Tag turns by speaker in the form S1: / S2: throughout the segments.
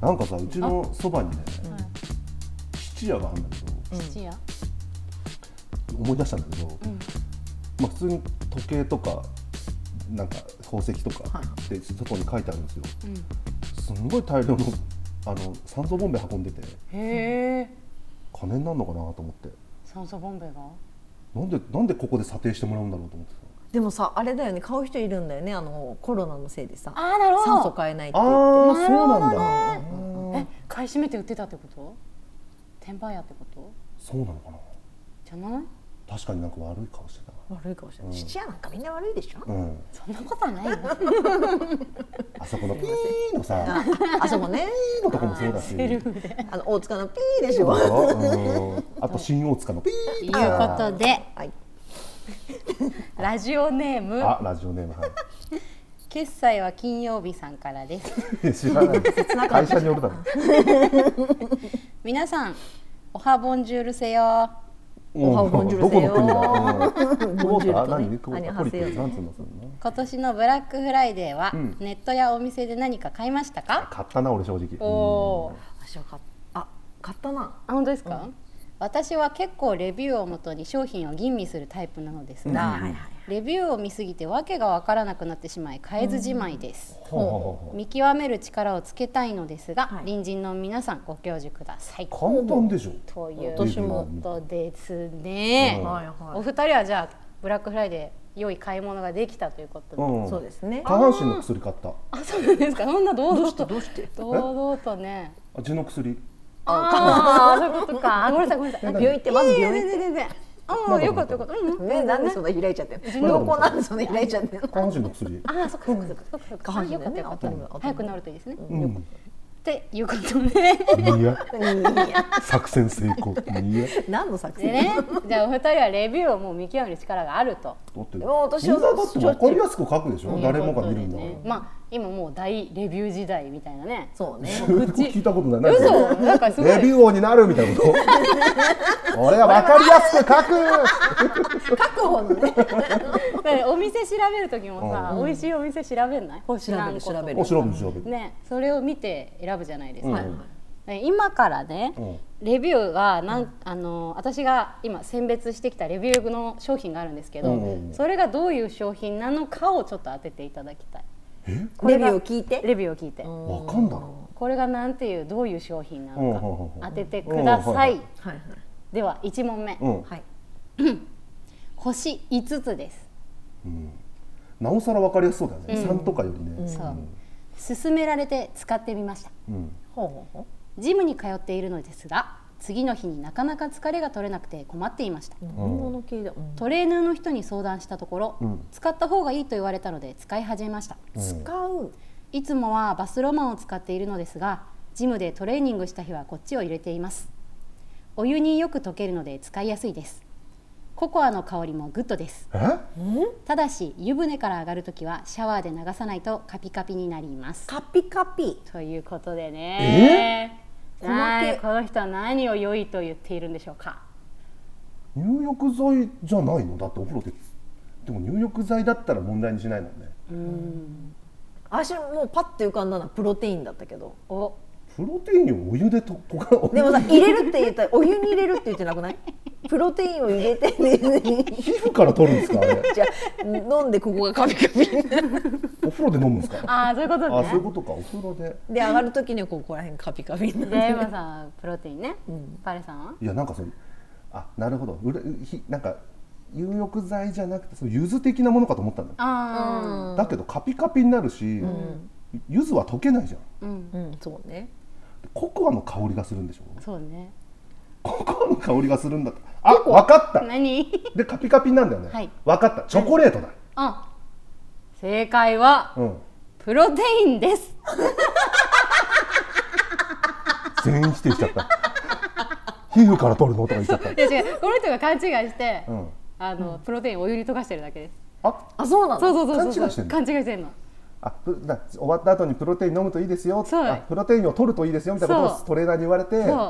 S1: なんかさうちのそばにね質屋があるんだけど
S2: うん
S3: 質屋
S1: 思い出したんだけど、
S3: うん
S1: まあ、普通に時計とかなんか宝石とか
S2: は
S1: でそこに書いてあるんですよ
S3: うん
S1: すんごい大量のあの酸素ボンベ運んでて
S3: へえ
S1: 金になるのかなと思って
S3: 酸素ボンベが
S1: なんでなんでここで査定してもらうんだろうと思ってさ
S2: でもさあれだよね買う人いるんだよねあのコロナのせいでさ
S3: ああなる
S2: 酸素買えないって
S1: あ
S2: 言って
S1: あ
S3: な
S1: ー
S3: る
S1: そう
S3: ほど
S1: なんだあ
S3: え
S1: ー
S3: 買い占めて売ってたってこと転売屋ってこと
S1: そうなのかな
S3: じゃない
S1: 確かになんか悪い顔して
S2: 悪いかもしれな
S1: うん
S2: い質屋なんかみんな悪いでしょ
S1: たなうん
S3: そんなことはない よ
S1: あそこのピーのさ
S2: ああそこね
S1: ピーのとこもそうだし
S3: セルフで
S2: あの大塚のピーでし
S1: そう
S2: ょ
S1: だろうんあと新大塚のピ
S3: と
S1: ー
S3: いう
S1: と
S3: こ
S1: か
S3: とで
S2: はい
S3: ラジオネーム
S1: あラジオネームはい
S3: 決済は金曜日さんからです
S1: 知らない会社によるだろ
S3: 皆さんおはボンジュールせよ
S1: うん
S2: おはボンジュール
S1: どこ
S2: せ
S1: の
S2: よ
S1: 国だろう
S2: ボンジュ
S1: 久
S2: ールとね
S1: 保田何久保
S2: アニョ
S1: 田
S2: ハ
S1: ポリ
S2: セヨ
S1: プなんつうのそれな
S3: 今年のブラックフライデーは、
S1: うん
S3: ネットやお店で何か買いましたか
S1: 買ったな俺正直
S3: おおー、
S2: 私は買っあ買ったな
S3: あ本当ですか、私は結構レビューをもとに商品を吟味するタイプなのですが、
S1: うんはいはい
S3: レビューを見すぎて訳が分からなくなってしまい買えずじまいです、
S1: ほうほうほう
S3: 見極める力をつけたいのですが、
S2: はい
S3: 隣人の皆さんご教授ください
S1: 簡単でしょ
S3: という
S1: 私も
S3: ことですね、
S1: うん
S2: はいはい
S3: お二人はじゃあブラックフライデー良い買い物ができたということで、
S1: うん
S2: そうですね
S1: 下半身の薬買った
S3: あそうなんですかそんな堂々と
S2: どうして
S3: 堂々とね
S1: あ血の薬
S3: ああそういうことかあ ごめんなさいごめんなさい
S2: 病院行ってまず病院
S3: 全
S2: 行っ
S3: 然全然あ
S1: ま
S3: あ
S1: だ
S3: よかったよかったうんうん
S2: てねなんでそんな開いちゃってん
S1: まだ
S2: の濃厚なんでそんな開いちゃってんの
S1: 下半身の薬
S3: ああそっかそっかそっかそっかそっ
S2: 下
S3: か
S2: 半
S3: あ
S2: 身
S3: よかった
S2: でね
S3: よかった
S2: 頭が
S3: 早く治るといいですねっ
S1: うん
S3: ていうことで
S1: いや
S2: いや
S1: 作戦成功いや
S2: 何の作
S3: で
S2: 戦
S3: ね じゃあお二人はレビューをもう見極める力があると
S1: だってユ
S2: もう私は
S1: ーザーだって分かりやすく書くでしょ誰もが見るんだから
S3: ということでねまあ今もう大レビュー時代みたいなね
S2: そうね
S1: 聞いたことない
S3: 嘘
S1: なんか
S3: なんかすごい
S1: レビュー王になるみたいな こと俺は分かりやすく書 く
S2: 確保のね
S3: だからお店調べる時もさ美味しいお店調べんない星何個とか
S2: 調べる調べる
S1: お調べ調べる
S3: ねそれを見て選ぶじゃないです
S1: うん
S3: か
S2: はいはい
S3: ね今からね、
S1: う
S3: レビューがなん、あの私が今選別してきたレビューの商品があるんですけど、
S1: うんうんうん
S3: それがどういう商品なのかをちょっと当てていただきたいこ
S2: レ
S3: れ
S2: ビ
S3: が
S2: ューを聞いて
S3: レビューを聞いて、
S1: 分かんだろ
S3: これがなんていうどういう商品なのか、
S1: うんうんうんうん
S3: 当ててくださ
S1: う
S3: い、
S1: んはい
S2: はいはい
S3: では1問目、
S1: うん
S2: はい
S3: 星5つです、
S1: なおさら分かりやすそうだよね3とかよりね
S3: そう勧められて使ってみました
S1: うん
S2: ほうほうほ
S3: ジムに通っているのですが次の日になかなか疲れが取れなくて困っていました、
S2: う本物系だうん
S3: トレーナーの人に相談したところ、
S1: うん
S3: 使った方がいいと言われたので使い始めました
S2: 使う
S3: いつもはバスロマンを使っているのですがジムでトレーニングした日はこっちを入れていますお湯によく溶けるので使いやすいですココアの香りもグッドです
S1: え
S3: ただし湯船から上がるときはシャワーで流さないとカピカピになります
S2: カピカピ
S3: ということでね
S2: え
S3: はい
S2: 細け
S3: この人は何を良いと言っているんでしょうか
S1: 入浴剤じゃないのだってお風呂ででも入浴剤だったら問題にしないもんね
S2: 私もうパッと浮かんだのはプロテインだったけど
S3: お
S1: プロテインをお湯でとこか
S2: でもさ入れるって言ったらお湯に入れるって言ってなくないプロテインを入れてね
S1: 皮膚から取るんですかあ れ
S2: じゃあ飲んでここがカピカピになる
S1: お風呂で飲むんですか
S3: ああそういうことね
S1: あそういうことかお風呂で
S2: で上がる時にはここら辺カピカピになる
S3: で山さんプロテインね、パレさんはい
S1: やなんかそのあなるほどうれひなんか入浴剤じゃなくてその柚子的なものかと思ったんだよ
S3: あ
S1: だけどカピカピになるし、柚子は溶けないじゃん
S3: あ、うん、
S2: うんそうね
S1: ココアの香りがするんでしょ
S3: そうね
S1: ココアの香りがするんだ ってあわかった
S3: 何
S1: でカピカピなんだよね、
S3: はい
S1: わかったチョコレートだ、
S3: あ正解は
S1: うん、
S3: プロテインです
S1: 全員否定しちゃった 皮膚から取るのとか言っちゃった
S3: いや違うこの人が勘違いして、
S1: うん
S3: あのプロテインをお湯に溶かしてるだけです
S1: あ
S2: あそうなの
S3: そうそうそうそ
S1: 勘
S3: う
S1: 違いしてんの
S3: 勘違いしてんの
S1: あプな終わった後にプロテイン飲むといいですよ
S3: そう
S1: あプロテインを取るといいですよみたいなことを
S3: そう
S1: トレーナーに言われて
S3: そう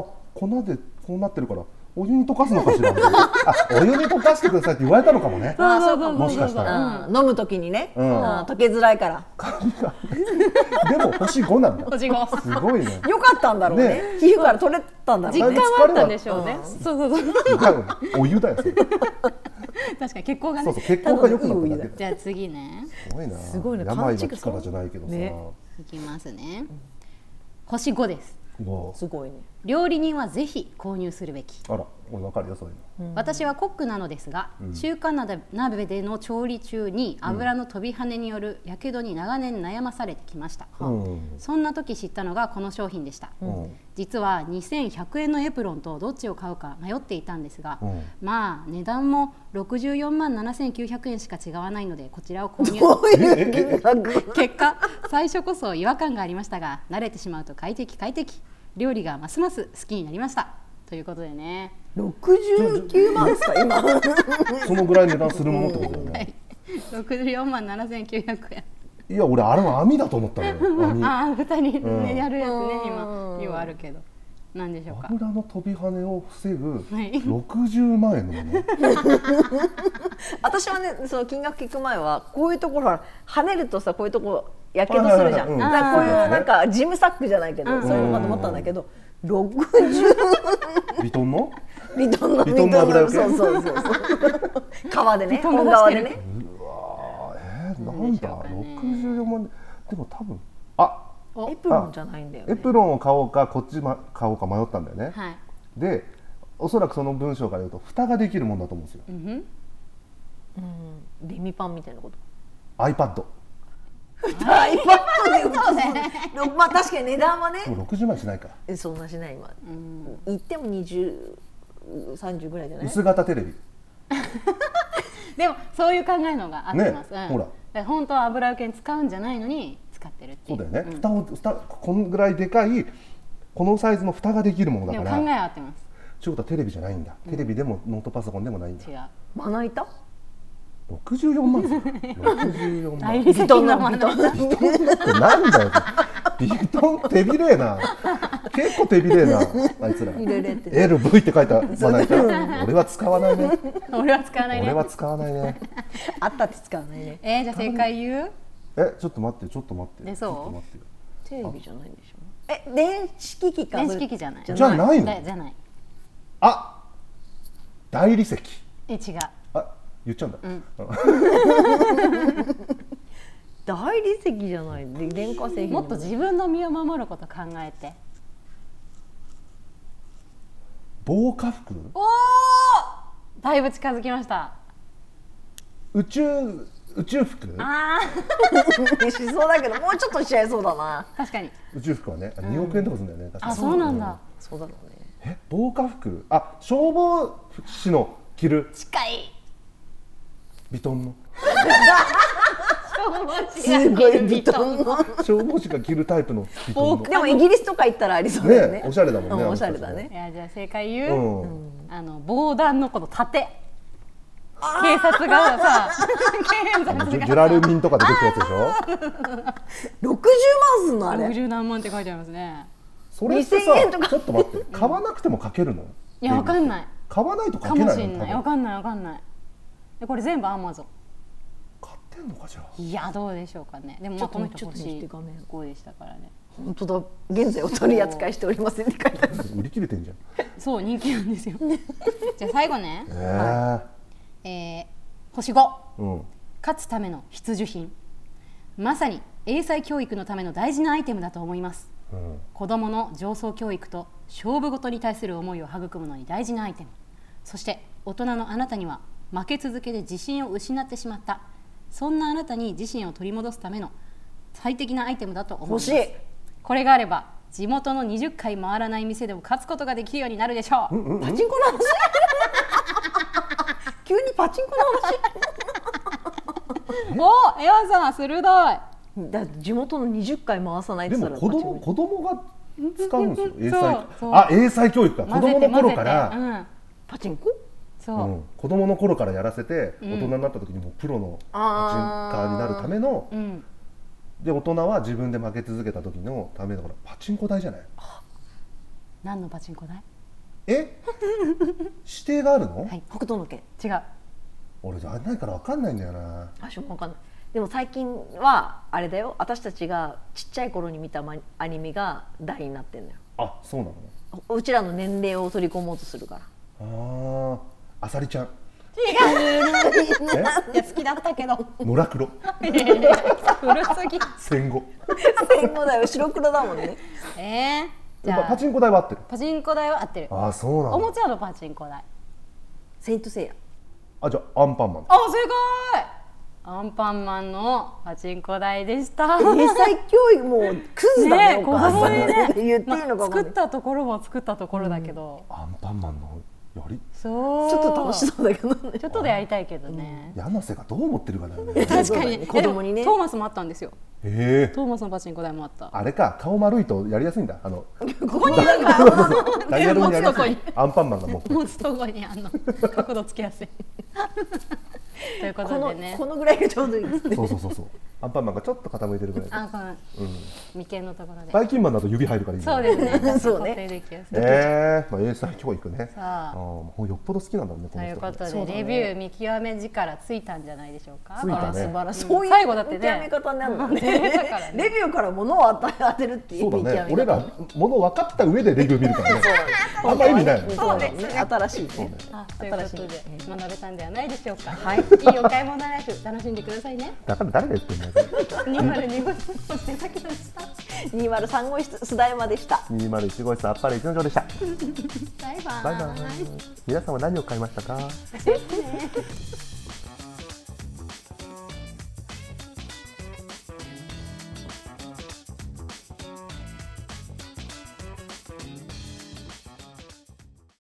S1: あ粉でこうなってるからお湯に溶かすのかしらみ たいなあお湯に溶かしてくださいって言われたのかもね
S2: あそ
S3: そうそ
S2: う
S3: うそう
S1: もしかしたら
S2: うん飲むときにね、
S1: ん
S2: あー溶けづらいから
S1: でも星5なんだ
S3: おじご
S1: すごいね
S2: よかったんだろうね
S1: ね
S2: 皮膚から取れたんだろう
S1: 感
S3: 実感
S2: ね
S1: は
S3: は
S1: あっ
S3: あったた
S1: ん
S3: ん
S1: で
S3: で
S1: し
S3: し
S1: ょ
S3: ょ
S1: う
S3: う
S1: ね
S3: ね。そうそうそう。
S1: だよねお湯だよそれ
S3: 確かに血行が
S1: そ
S3: ね
S1: うそう血行が良くなっただけ
S3: じゃあ次ね。
S1: すごいな
S2: すごいね
S1: 病は
S2: 勘違い
S1: 気からじゃないけどさ、
S2: ね
S3: いきますね。星5です。
S1: うわ
S2: すごいね
S3: 料理人はぜひ購入するべき。
S1: あら俺分かるよそういうの
S3: 私はコックなのですが、中華鍋鍋での調理中に油の飛び跳ねによる火傷に長年悩まされてきました、
S1: うん
S3: そんな時知ったのがこの商品でした、
S1: うん
S3: 実は2100円のエプロンとどっちを買うか迷っていたんですが、
S1: うん
S3: まあ値段も64万7900円しか違わないのでこちらを購入
S2: こういう金額
S3: 結果最初こそ違和感がありましたが慣れてしまうと快適快適料理がますます好きになりましたということでね
S2: 69万ですか今
S1: そのぐらい値段するものってことだよね、
S3: 64万7900円
S1: い、や俺あれは網だと思ったのよ 網
S3: ああ2人ね、
S1: うん
S3: やるやつね
S2: う
S3: 今
S2: ん
S3: にはあるけどなんでしょうか
S1: 油の飛び跳ねを防ぐ
S3: はい
S1: 60万円のもの
S2: 私はねその金額聞く前はこういうところほら跳ねるとさこういうとこやけどするじゃ
S1: はいはいは
S2: ん、
S1: いうん
S2: だからこういうなんかジムサックじゃないけど、
S3: うん
S2: そういうのかと思ったんだけど60
S1: ビトンの
S2: リトンの
S1: リトンの油よけ
S2: そうそうそうそう川でね
S3: トンが
S2: 本川でね
S1: えーなんだ
S3: どうでしょうか
S1: 64万円でも多分あ
S3: お
S2: エプロンじゃないんだよ
S1: エ
S2: ね
S1: プロンを買おうかこっちま買おうか迷ったんだよね、
S3: はい
S1: でおそらくその文章から言うと蓋ができるもんだと思うんですよ、
S3: うんふん
S2: レミパンみたいなこと
S1: iPad
S2: 大パッドで歌うのまあ確かに値段はね
S1: でも60万円しないか
S2: えそんなしない今行っても2030ぐらいじゃない
S1: 薄型テレビ
S3: でもそういう考えのが合ってます、
S1: ね
S3: うん
S1: ほら
S3: だから本当は油受けに使うんじゃないのに使ってるって
S1: そ
S3: いうう
S1: だよね、蓋を蓋こんぐらいでかいこのサイズの蓋ができるもの
S3: で
S1: だ
S3: も
S1: か
S3: 考
S1: ら
S3: えは合ってます
S1: ちゅうことはテレビじゃないんだ、テレビでもノートパソコンでもないんだ
S3: 違う
S2: まな板
S1: 64万ですよ64万
S3: 代理先のま
S2: ビ
S3: な
S2: トンの
S1: ビトンってなんだよビトン手びれえな結構手びれえなあいつら
S2: 入れれってね
S1: LV って書いたまな板俺は使わないね
S3: 俺は使わない
S1: 俺
S3: ね
S1: は使わないね
S2: あったって使わないね
S3: えー、じゃあ正解言う
S1: えちょっと待ってちょっと待って
S3: でそ
S1: ち
S3: う
S1: ょっと待ってよ
S2: テレビじゃないんでしょえ電子機器か
S3: 電子機器じゃない
S1: じゃない
S3: だ
S1: の
S3: じゃない
S1: あ大理石
S3: え違う
S1: あ言っちゃうんだ、
S2: 大理石じゃないで電化製品
S3: もっと自分の身を守ること考えて
S1: 防火服
S3: おおだいぶ近づきました
S1: 宇宙宇宙服
S3: あ
S2: しそうだけどもうちょっとしちゃいそうだな
S3: ー確かに
S1: 宇宙服はね2億円とかするんだよね、確か
S3: あそうなんだ
S2: そうだろうね
S1: え防火服あ消防士の着る
S3: 近い
S1: ビトンの
S2: すごいビトンの
S1: 消防士が着るタイプのビトンの
S2: でもイギリスとか行ったらありそうだよね
S1: ねおしゃれだもんね
S2: う
S1: あの
S2: お
S1: 人
S2: したゃ
S1: ち
S2: れだね
S3: いやじゃあ正解言
S1: う
S3: う、
S1: ん、
S3: あの防弾のこの盾警察がさ警
S1: あのジ
S3: 察
S1: ュ
S3: が
S1: ジュラルミンとかでできたやつでしょ
S2: 60万すんのあれ
S3: 60何万って書いてありますね
S1: それってさ
S2: 2000円とか
S1: ちょっと待って買わなくても書けるの
S3: いやわかんない
S1: 買わないと書
S3: か
S1: け
S3: も
S1: ない
S3: し
S1: の
S3: んない
S1: 多
S3: わ
S1: 分
S3: かんないわかんないでこれ全部アマゾ
S1: 買ってんのかじゃあ
S3: ンいやどうでしょうかねでもまあこの人欲しい5でしたからね
S2: 本当だ現在お取り扱いしておりませんって書いてある
S1: 売り切れてんじゃん
S3: そう人気なんですよ じゃあ最後ね、
S1: ええ
S3: えー星5
S1: うん
S3: 勝つための必需品まさに英才教育のための大事なアイテムだと思います
S1: うん
S3: 子どもの上層教育と勝負事に対する思いを育むのに大事なアイテムそして大人のあなたには負け続けで自信を失ってしまったそんなあなたに自信を取り戻すための最適なアイテムだと思いま
S2: 欲し
S3: す
S2: い
S3: これがあれば地元の20回回らない店でも勝つことができるようになるでしょう、
S2: パチンコの話 急にパチンコの話
S3: おエアさん鋭い
S2: だって地元の20回回さないって
S1: で
S2: 言った
S1: も
S2: ら
S1: 子供子供が使うんですよ英才
S3: そう
S1: あ英才教育か子供の頃から、
S3: うん、
S2: パチンコ
S3: そう、
S1: うん、子供の頃からやらせて大人になった時にもうプロのパチンカーになるための、
S3: ん
S1: で大人は自分で負け続けた時のためだからパチンコ台じゃない
S3: 何のパチンコ台
S1: え 指定があるの、
S3: はい
S2: 北斗の拳
S3: 違う
S1: 俺じゃないから分かんないんだよな
S2: 私もわかんないでも最近はあれだよ私たちがちっちゃい頃に見たマニアニメが大になってんのよ
S1: あそうな
S2: おうちらの年齢を取り込もうとするから
S1: のあああさりちゃ ん
S2: 違
S1: え
S2: ういや好きだったけど
S1: 野良黒
S3: 古すぎ
S1: 戦後
S2: 戦後だよ白黒だもん ね
S3: えー、じ
S1: やっ
S3: ゃ
S1: ぱ
S3: あ
S1: パチンコ台は合ってる
S3: パチンコ台は合ってる
S1: ああそうな
S3: おも
S1: の
S3: ちゃのパチンコ台
S2: セイントセイヤ
S1: あじゃあアンパンマンだ
S3: あ正解アンパンマンのパチンコ台でした
S2: 英才教育もうクズだ
S3: ね
S2: ね
S3: え
S2: お
S3: 子
S2: 母
S3: 供
S2: さん
S3: にね
S2: 言っていいのか
S3: まあ
S2: わかん
S3: 作
S2: な
S3: った
S2: い
S3: ところも作ったところだけど、
S1: アンパンマンのやり
S3: そう
S2: ちょっと楽しそうだけどね
S3: ちょっとでやりたいけどね、
S1: 柳瀬がどう思ってるかだよね
S3: 確か
S2: そうだ
S3: に、
S2: ね子供にね
S3: でもトーマスもあったんですよ
S1: ええ
S3: トーマスのパチンコ台もあった
S1: あれか顔丸いとやりやすいんだあの
S3: ここにいるんだ
S1: ダイヤルにやりやす
S3: 持
S1: い
S3: つと
S1: アンパンマンが持ってる
S3: 持つとこにあの角度つけやすい というこ
S2: ことの
S3: でね
S2: このぐらいがちょうどいいですね
S1: そうそうそうそうアンパンマンがちょっと傾いてるぐらい
S3: あこの眉間のところで
S1: バイキンマンだと指入るからいい
S3: そうですね
S2: そうね
S3: 固定できやすい
S1: ええまあ英才教育ね
S3: さあ
S1: ーもうよっぽど好きなんだろうねことの
S3: いう
S1: 人
S3: こ
S1: が
S3: と
S2: そ
S3: で、
S2: うだね
S3: レビュー見極め力ついたんじゃないでしょう
S1: つ
S3: か
S1: いたね
S2: あら素晴らしい
S3: うん
S2: そういう
S3: 最後だってね
S2: 見極め方になるの
S3: うんだから
S2: ね
S3: ね
S2: レビューから物を与え当てるっていう
S1: そう
S2: 見
S1: だね
S2: 極め
S1: 俺
S2: 方
S1: らもの分かった上でレビュー見るから ねあんま意味ないよね
S2: そうですね新しいね
S3: あということ
S2: 新
S3: で
S2: しいね
S3: 学べたんではないでしょうか。
S2: はい
S3: いいお買い物ライフ楽しんでくださいね。
S1: だから誰が言ってんだ よこれ
S3: 202 号室の出先の下。
S2: 203号室須田山でした
S1: 201号室あっぱれ一の城でした
S3: バイバ
S1: バイバイ皆さんは何を買いましたか
S3: イ。